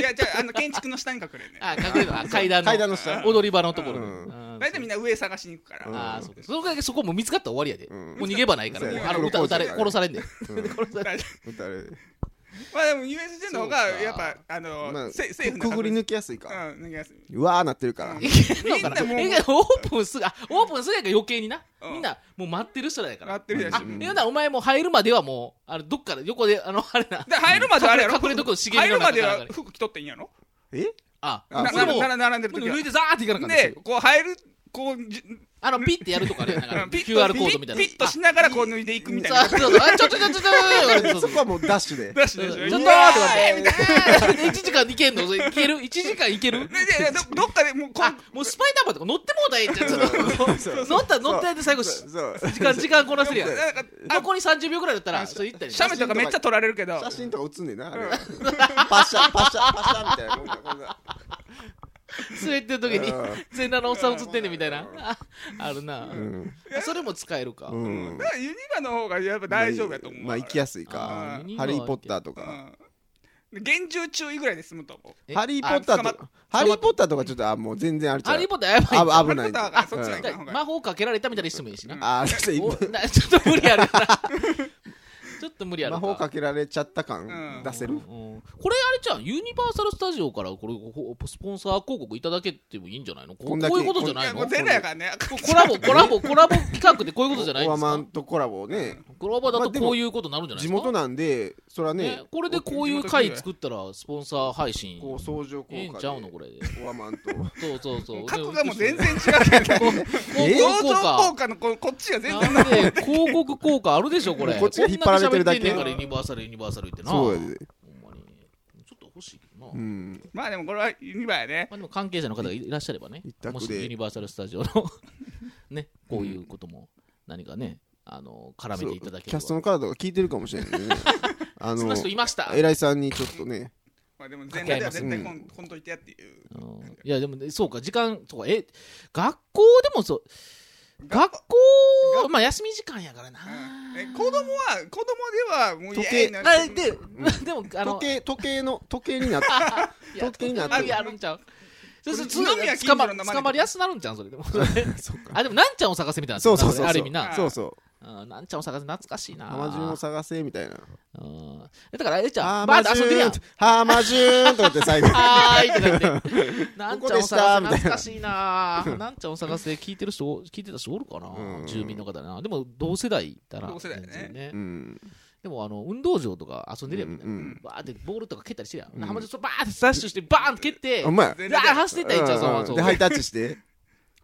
S1: いやじゃああの建築の下に隠れんね
S2: あ隠れるあ階段の
S3: 階段の下
S2: 踊り場のところで、
S3: うん
S2: あー
S1: 大体みんな上探しに行くから、
S3: うん
S2: ああそうかそのぐらいそこもう見つかったら終わりやで、
S3: うん
S2: もう逃げ場ないから
S3: そうや
S2: もう
S3: ね
S2: あの撃た撃たれ
S3: 黒
S2: 殺
S3: 子
S2: されんで、
S3: 上取る
S2: 殺されんで
S1: 大体
S3: うん打たれる
S1: まあでも USJ の方が
S2: そうか
S1: やっぱあの、
S3: まあ
S1: せセーフな
S3: くぐり抜けやすいうか。
S1: ん抜けやすいう
S3: わーなってるから。
S2: いけんのかな
S1: みんなもう
S2: えけどオープンするあオープンするやんから余計にな、
S1: うん
S2: みんなもう待ってる人らやから
S1: なってるやし
S2: あえほんならお前もう入るまではもうあのどっから横であのあれな
S1: で入るまではあれやろ
S2: 隠れ隠れとく茂み
S1: 入
S2: の
S1: る
S2: 中
S1: ま
S2: と
S1: で
S2: か
S1: は服着とってんやろ
S3: え
S2: あ
S3: あ
S1: な
S2: これも
S1: なな並んでる
S2: もう
S1: 時
S2: 抜い
S1: は
S2: てザーっていかなあかんです
S1: で
S2: よ
S1: こう入るこうじ
S2: あのピッてやるとかねなんか
S1: うんピッと
S2: QR コードみたいな
S1: ピッピッとしながらこう抜いていくみたいな
S2: あそうそうそうあちょちょちょちょちょ
S3: そこはもうダッシュ で。
S1: だし
S2: ちょ
S1: で
S2: っ
S1: しょ
S2: とちょっ
S1: い
S2: とみ
S1: や
S2: たいな1時間いけんのそれいける1時間いける
S1: ーいやいやどどっかでもうこ
S2: あもうスパイダーマンとか乗ってもうたらええんちゃうちょっと乗ったら乗ったやで最後し
S3: そう。
S2: 時間時間こなせ
S1: う
S2: るやん
S1: なんかあ
S2: 残り30秒ぐらいだったらそれ行ったり
S1: 写メとかめっちゃ撮られるけど
S3: 写真とか写んねんな、あれ。 パシャ、パシャ、パシャみたいなこんな。こんな
S2: 滑ってる時に
S3: うん
S2: 全裸のおっさん映ってんねんみたいなああるな
S3: うん
S2: それも使えるか
S3: うん
S1: だからユニバの方がやっぱ大丈夫やと思う
S3: まあ、行きやすい
S2: あ
S3: か
S2: ー。
S3: ハリー・ポッターとか。
S1: うん厳重注意ぐらいで済むと思う
S2: え
S3: ハリー・ポッタ
S1: あ
S3: ー
S1: 捕
S3: と、ハリー・ポッターとかちょっと、あ、もう全然あれち
S2: あ
S3: ゃ
S2: ハ
S3: う
S2: リー。ポッターやばいんちゃ
S3: あ
S2: う
S3: 危な
S1: ハリーポッ
S3: い
S1: ターがそっちがいか
S3: ー
S1: ん方がいい
S2: 魔法かけられたみたいな人もいいしな
S3: あー、ちょっ
S2: お
S3: と
S2: なちょっと無理 あるなちょっと無理あ
S3: 今
S2: る
S3: 魔法かけられちゃった
S1: う
S3: 感
S1: ん
S3: 出せる
S2: うんうんこれあれじゃんユニバーサル・スタジオからこれほスポンサー広告いただけてもいいんじゃないのこ
S3: こんだけ
S2: こういうことじゃ
S1: い
S2: ない
S1: や
S2: の
S1: もう全裸やからね
S2: こコラボコラボコラボ企画ってこういうことじゃないん
S3: オ
S2: で
S3: ア
S2: す
S3: マ
S2: か
S3: ンとコラボね。
S2: コラボだ
S3: まあ
S2: と
S3: でも
S2: こういうことになるんじゃないで
S3: 地
S2: すか、
S3: 元なんで、そらね
S2: ね、これでこういう回作ったらスポンサー配信
S3: こう相乗効果
S2: ええんちゃうのこ
S3: で、
S2: れで
S3: オアマンと。
S2: そうそう そう
S1: 角がもう全
S2: で
S1: 然違うからね
S2: 広
S1: 同
S2: 告
S1: 情
S2: 効
S1: 効
S2: 果
S1: 果のここっちが全然
S2: なんで広告効果あるでしょこれ
S3: こっちが引っ張られてるだけ
S2: こんだけ喋ってんねんからユニバーサルユニバーサル言ってな
S3: そうやで。
S2: ほんまにちょっと欲しいけどな、
S3: う
S2: ま
S3: ん。
S1: まあでもこれはユニバやね
S2: あ、でも関係者の方がいらっしゃればね
S3: 一択で
S2: もしユニバーサル・スタジオの ねこういうことも何かねあの絡めていただければ
S3: キャストのカードが効いてるかもしれな いね。あ
S2: そん
S3: の
S2: な、人いました
S3: 偉いさんにちょっとね、
S1: まあでも全裸では絶対こ
S3: うん
S1: こんといてやっていう
S2: うんいやでもねそうか時間とかえ学校でもそう
S1: が
S2: 学校まあ休み時間やからな
S1: うんえ子供は子供ではもう
S3: 時計
S1: 家にな
S2: あで、でもあの
S3: 時計、時計の、時計になっ
S2: いや
S3: 時計になってる
S2: 時計あるんちゃうそうそう
S1: これ二宮金
S2: 捕
S1: 次
S2: ま
S1: 郎の真似とか
S2: 捕まりやすなるんちゃうそれで も
S3: そうか。
S2: あでもなんちゃんを探せみたいな
S3: そうそうそう。
S2: ある意味な
S3: そうそう。
S2: うんなんちゃんを探せ懐かしいな
S3: 浜順を探せみたいな。
S2: うんえだからえじゃあバ
S3: 浜
S2: ーで遊んでるや
S3: 順
S2: ん。
S3: 浜順とかって最後
S2: はーいってなって、なんちゃんを
S3: ここでした
S2: 探せ、
S3: みたいな
S2: 懐かしいなぁ、なんちゃんを探せ、聞いてる人、聞いてた人おるかな、
S3: うん
S2: 住民の方な、でも同世代だな、
S1: 同世代ね
S2: 全然
S3: うん。
S2: でもあの運動場とか遊んでるやんみたいな、
S3: うんうん
S2: バーってボールとか蹴ったりしてるやん、
S3: うん
S2: 浜松バーってダッシュして、バーンって蹴って、
S3: お前。
S1: 全
S2: であ
S1: 裸で
S2: 走ってたやんちゃう、そのままそう
S3: で、ハイタッチして。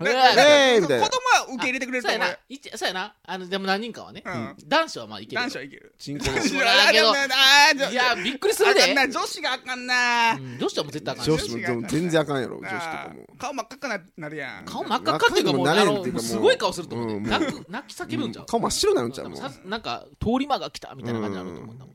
S2: う
S1: だ
S2: わ
S1: だ
S2: ー
S3: えー
S1: 子
S3: み
S1: 供
S3: たいな
S1: は受け入れてくれる
S2: そう
S1: と
S2: や
S1: 思うよ
S2: な、いちそうやなあの、でも何人かはね、
S1: うん
S2: 男子はまあいけるよ
S1: 男子はいける
S3: 人工
S1: 男
S3: の。
S1: 子は
S2: だけど
S1: あかんなあーじゃ
S2: いや、びっくりす
S1: あ
S2: るで
S1: かん、な女子があかんな
S2: うん女子はもう絶対あかんし
S3: 女子もでも全然あかんやろ、女子とかも
S1: あ。ー顔真っ赤っかななるやん
S2: 顔真っ赤っかっていうかもう
S3: なれ
S2: あ
S3: へん
S2: の
S3: っていう
S2: もう
S3: かもう
S2: すごい顔すると思うね、
S3: うんもう
S2: 泣く泣き叫ぶんちゃう、
S3: うん顔真っ白になるんちゃう
S2: 多分
S3: もう
S2: さなんか通り魔が来たみたいな感じになると思う、多分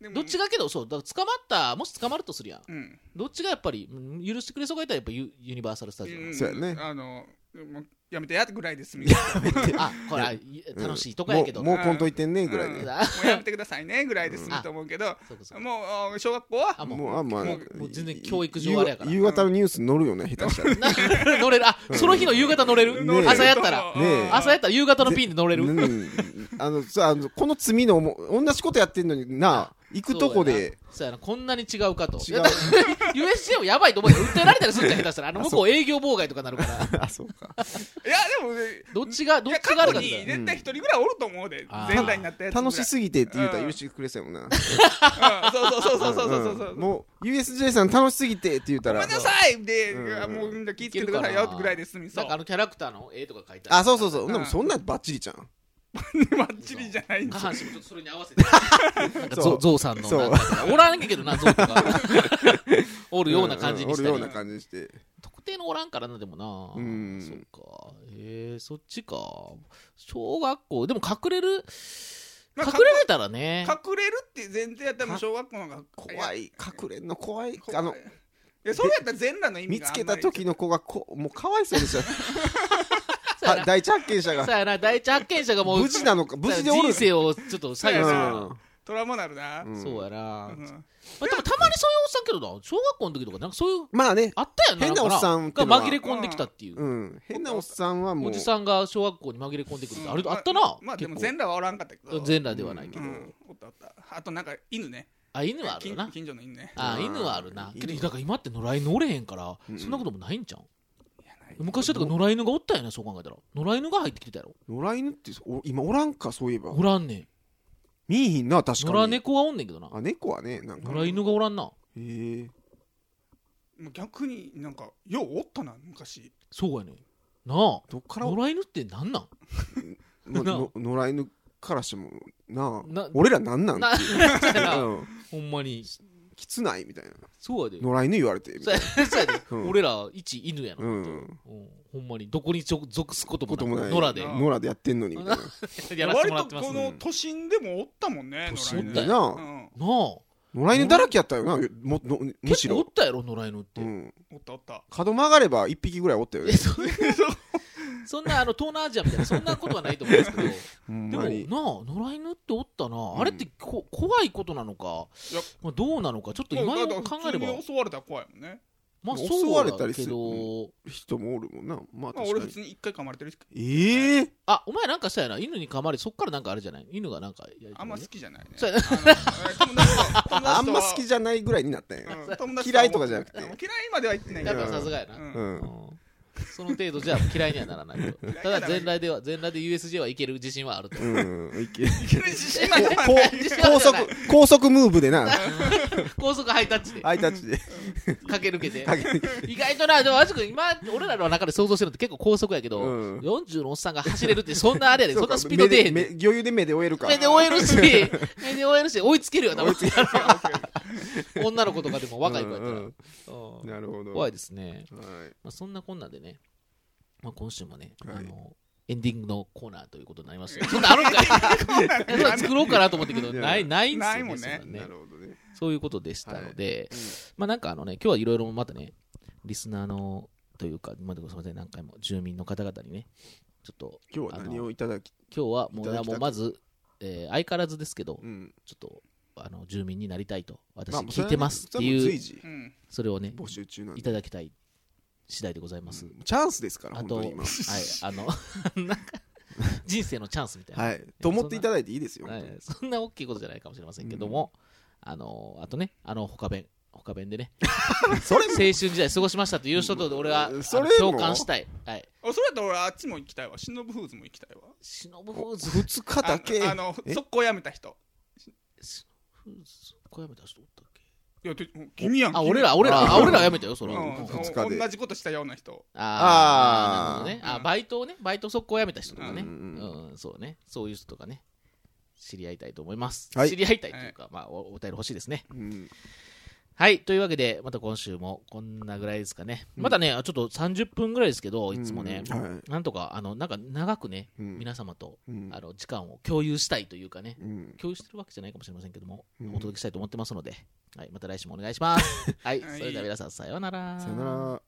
S1: でも
S2: どっちがけどそうだから捕まったもし捕まるとするやん
S1: うん
S2: どっちがやっぱりうん許してくれそうがいたらやっぱユユニバーサル・スタジオ、
S1: ん
S3: そうやね
S1: あのもうやめてやってぐらいですみたいなも
S2: あこれあ
S3: うん
S2: 楽しいとかやけど、
S3: もうもうコントいてんねぐらいで
S1: う。
S2: あ
S1: うやめてくださいねぐらいで済むと思うけど
S2: そうかそうか
S1: もうあー小学校は
S2: あもう
S3: もうあまあ
S2: もうもう全然教育上あれやから
S3: 夕夕方のニュース乗るよね下手したら
S2: な 乗れるあその日の夕方乗れる、
S3: 乗れる
S2: 朝やったら
S3: ねえ
S2: 朝やったら夕方のピンで乗れる、
S3: うんあのそうあのこの罪の重同じことやってんのにな行くとこで
S2: そうやなこんなに違うかと
S3: 違う
S2: いやだ USJ もやばいと思うよ訴えられたりするんじゃん下手したらあの向こう営業妨害とかなるから
S3: あそうか
S1: いやでもね
S2: どっちがど
S1: い
S2: っ
S1: や
S2: ちが
S1: 過
S2: ある
S1: 去
S2: かみ
S1: に
S2: たいな
S1: 絶対一人ぐらいおると思うで
S2: あー
S1: 全裸になったやつぐらい
S3: 楽しすぎてって言うたら許してくれそうやもんな
S1: うんそうそうそうそうそうそうそう
S3: うんもう USJ さん楽しすぎてって言うた
S1: ごめ
S3: ら
S1: んなさいで、
S3: うん
S1: もうみんな気ぃつけてくださいよぐらいで済みそ
S2: な
S1: うん
S2: かあのキャラクターの絵とか描いて
S3: あそう
S2: う
S3: そうそうでもそんなんバッチリじゃん
S1: まっちりじゃないん
S2: 下
S1: だ
S2: 半身もちょっとそれに合わせてなんかゾ
S3: そう
S2: ゾウさんの
S3: そ
S2: な
S3: う
S2: んかおらんけどなゾウとかおるような感じにした
S3: うんお
S2: り
S3: るような感じにして
S2: 特定性のおらんからなでもな
S3: うん
S2: そっかえー、そっちか小学校でも隠れる
S1: まあ
S2: 隠
S1: 隠
S2: れれたらね
S1: 隠れるって前提やったらもう
S3: か
S1: 小学校の方が
S3: 怖
S1: い
S3: い隠れんの怖い
S1: 怖い
S3: あの
S1: いやそれやったら全裸の意味
S3: 見
S1: が
S3: つ
S1: あん
S3: け
S1: ま
S3: た
S1: り
S3: 時の子がこもうかわいそうでしょ
S2: そうや
S3: は
S2: な
S3: 第一発見者
S2: そう
S3: が
S2: やな第一発見者が もう
S3: 無事なのか無事でおる
S2: 人生をちょっと左右
S1: そ
S2: する
S1: うや
S2: か
S1: なトラウマなるな、
S3: う
S2: ら
S3: ん
S2: そうやな、
S1: うん
S2: まあ、でもたまにそういうおっさんけどな小学校の時とかなんかそういう
S3: まあね
S2: あったやんな
S3: 変なおっさんって
S2: が
S3: のは
S2: 紛れ込んできたっていう、
S3: うん変なおっさんはも
S2: お
S3: う
S2: じさんが小学校に紛れ込んでくるってあれ
S1: うん
S2: あったな、
S1: まあまあでも
S2: 結構
S1: 全裸はおらんかったけど
S2: 全裸ではないけ
S1: う
S2: ど、
S1: ん、おったおったあとなんか犬ね
S2: あ犬はあるよな
S1: 近近所の犬ね
S2: あ
S3: うん
S2: 犬はあるなけ
S3: 犬
S2: どだから今って野良犬おれへんから、
S3: うん
S2: そんなこともないんじゃん
S1: いやない
S2: 昔だとか野良犬がおったよねそう考えたら野良犬が入ってきてたやろ
S3: 野良犬ってお今おらんかそういえば
S2: おらんねん
S3: 見えひんな確か
S2: 野
S3: に
S2: 良猫はおんねんけどな
S3: あ猫はねなんか
S2: 野良犬がおらんな
S3: へえ
S1: もう逆になんかようおったな昔
S2: そうやねんなあ
S3: どっから
S2: 野良犬ってなんなん
S3: の
S2: な
S3: の野良犬からしてもなあ
S2: な
S3: 俺らなんなん
S2: なそうやな
S3: うん
S2: ほんまに
S3: きつないみたいな
S2: そうやで
S3: 野良犬言われてみ
S2: そ
S3: た
S2: う
S3: い
S2: やそうやで
S3: うん
S2: 俺ら一犬やな
S3: なうん
S2: うんほんまにどこに属属すこと
S3: こと
S2: も
S3: も
S2: な
S3: ないい
S2: 野良で
S1: な
S3: 野良でやってんのにみたいな
S2: やらせてもらって
S1: 割と
S2: ます
S1: こ
S2: な
S1: の都心でもおったもんね
S3: 都
S1: 野
S3: 心
S1: 良
S3: で
S1: 犬
S3: な
S1: う
S3: あ
S1: ん
S2: あ
S3: 野良犬だらけやったよなものむし
S2: 結構おっ
S3: ろ
S2: たやろ野良犬って
S3: うん
S1: おったおった
S3: 角曲がれば一匹ぐらいおったよ
S2: え
S3: ね
S2: そ そんなあの東南アジアみたいなそんなことはないと思うんですけど
S3: ほん
S2: でも
S3: まに
S2: なあ野良犬っておったな、
S3: ん
S2: あれってこ怖いことなのか
S1: いや、
S2: まあ、どうなのかちょっと今
S1: まあだから
S2: 考えれば
S1: 普通に襲われたら怖いもんね
S2: まあ
S3: 襲
S2: そ
S3: わ
S2: う
S3: れ
S2: だ
S3: たりす
S2: け
S3: る
S2: ど
S3: 人もおるもんなまあ
S1: まあ俺
S3: 確か
S1: 普
S3: に
S1: 通に一回噛まれてるし
S3: ええ
S2: あお前なんかしたやな犬に噛まれそっからなんかあれじゃない犬がなんかやりたいね
S1: あんま好きじゃないね
S2: そ
S1: あ
S2: う
S1: の友達と友達とは
S3: あんま好きじゃないぐらいになったんや
S1: うん友達とは
S3: 嫌いとかじゃなくて
S1: 嫌いまでは言ってないけ
S2: やっ
S1: ど
S2: ぱさすがやな、
S1: うん
S3: うん
S2: うんその程度じゃ嫌いにはならないとただ全裸では全裸で USJ はいける自信はあると
S3: うんいけ
S1: いける自信までは
S3: こ
S1: ない
S3: 高速高速ムーブ でな
S2: 高速ハイタッチで
S3: ハイタッチで
S2: 駆け抜け て
S3: かけ
S2: 意外となでもマジ君今俺らの中で想像してるのって結構高速やけど、
S3: うん
S2: 40のおっさんが走れるってそんなあれや でそんなスピード
S3: 目
S2: 出えへ
S3: で
S2: ん
S3: 目
S2: で
S3: 余裕で目で追えるか
S2: 目で追える し目で追えるし追いつけるよ多分 女の子とかでも若い子やったら、
S3: うんうん
S2: うん
S3: なるほど
S2: 怖いですね、
S3: はい
S2: まあ、そんなこんなでね、まあ、今週もね、
S3: はい
S2: あのエンディングのコーナーということになりましたそんなあるんかい そんなん作ろうかなと思ったけど
S3: いや
S2: ないないんですよ
S1: ないもんね
S2: そな
S3: なるほどね
S2: そういうことでしたので、まあなんかあのね、今日はいろいろまたね、リスナーのというか、今でこそまで何回も住民の方々にね、ちょっと、
S3: 今日は何をいただき
S2: 今日はもう
S3: いた
S2: い
S3: だ
S2: や
S3: きたく
S2: もうまず、えー相変わらずですけど、
S3: うん
S2: ちょっと、あの住民になりたいと、私
S3: まあ
S2: 聞いてますって
S3: それはね
S2: いう、
S3: 随時
S1: うん
S2: それをね、
S3: 募集中なん
S2: い
S3: で
S2: ただきたい次第でございます。
S3: チャンスですから
S2: あ
S3: 本
S2: と、
S3: 当
S2: はい
S3: に今、
S2: あの、 なんか、人生のチャンスみたいな。
S3: はいと思っていただいていいですよ
S2: は
S3: 本
S2: い
S3: 当に
S2: そんな大きいことじゃないかもしれませんけども、あのあとね、あの、他弁、他弁でね、
S3: それ
S2: 青春時代過ごしましたという人と俺は
S3: うん
S2: あの
S3: それも
S2: 共感したい。はい。
S1: あそれやったら俺あっちも行きたいわ忍フーズも行きたいわ
S2: しのぶフーズ、
S3: 2日だけ
S1: あのあの
S3: え
S1: 速攻やめた人
S2: しのぶフーズ、小やめた人おったっけ
S1: いやて君やん
S2: あ、
S1: 君
S2: 俺ら、俺ら、あ俺らやめたよ、そら。
S1: う
S2: うん
S1: ん
S2: あー
S3: 二日で
S1: 同じことしたような人
S2: あ
S3: あー
S2: ーなるほどね。あ、バイトをね、バイト速攻やめた人とかね。う
S3: う
S2: ん、
S3: ん
S2: そうね。そういう人とかね。知り合いたいと思います。
S3: はい
S2: 知り合いたいというか、まあ、おお便り欲しいですね。
S3: うん
S2: はい。というわけで、また今週もこんなぐらいですかね。またね、ちょっと30分ぐらいですけど、いつもね、
S3: うんはい
S2: なんとか、あの、なんか長くね、
S3: うん
S2: 皆様と、
S3: うん
S2: あの、時間を共有したいというかね、
S3: うん
S2: 共有してるわけじゃないかもしれませんけども、
S3: うん
S2: お届けしたいと思ってますので、はい。また来週もお願いします。はい。
S1: はい
S2: それでは皆さん、さようなら。
S3: さよなら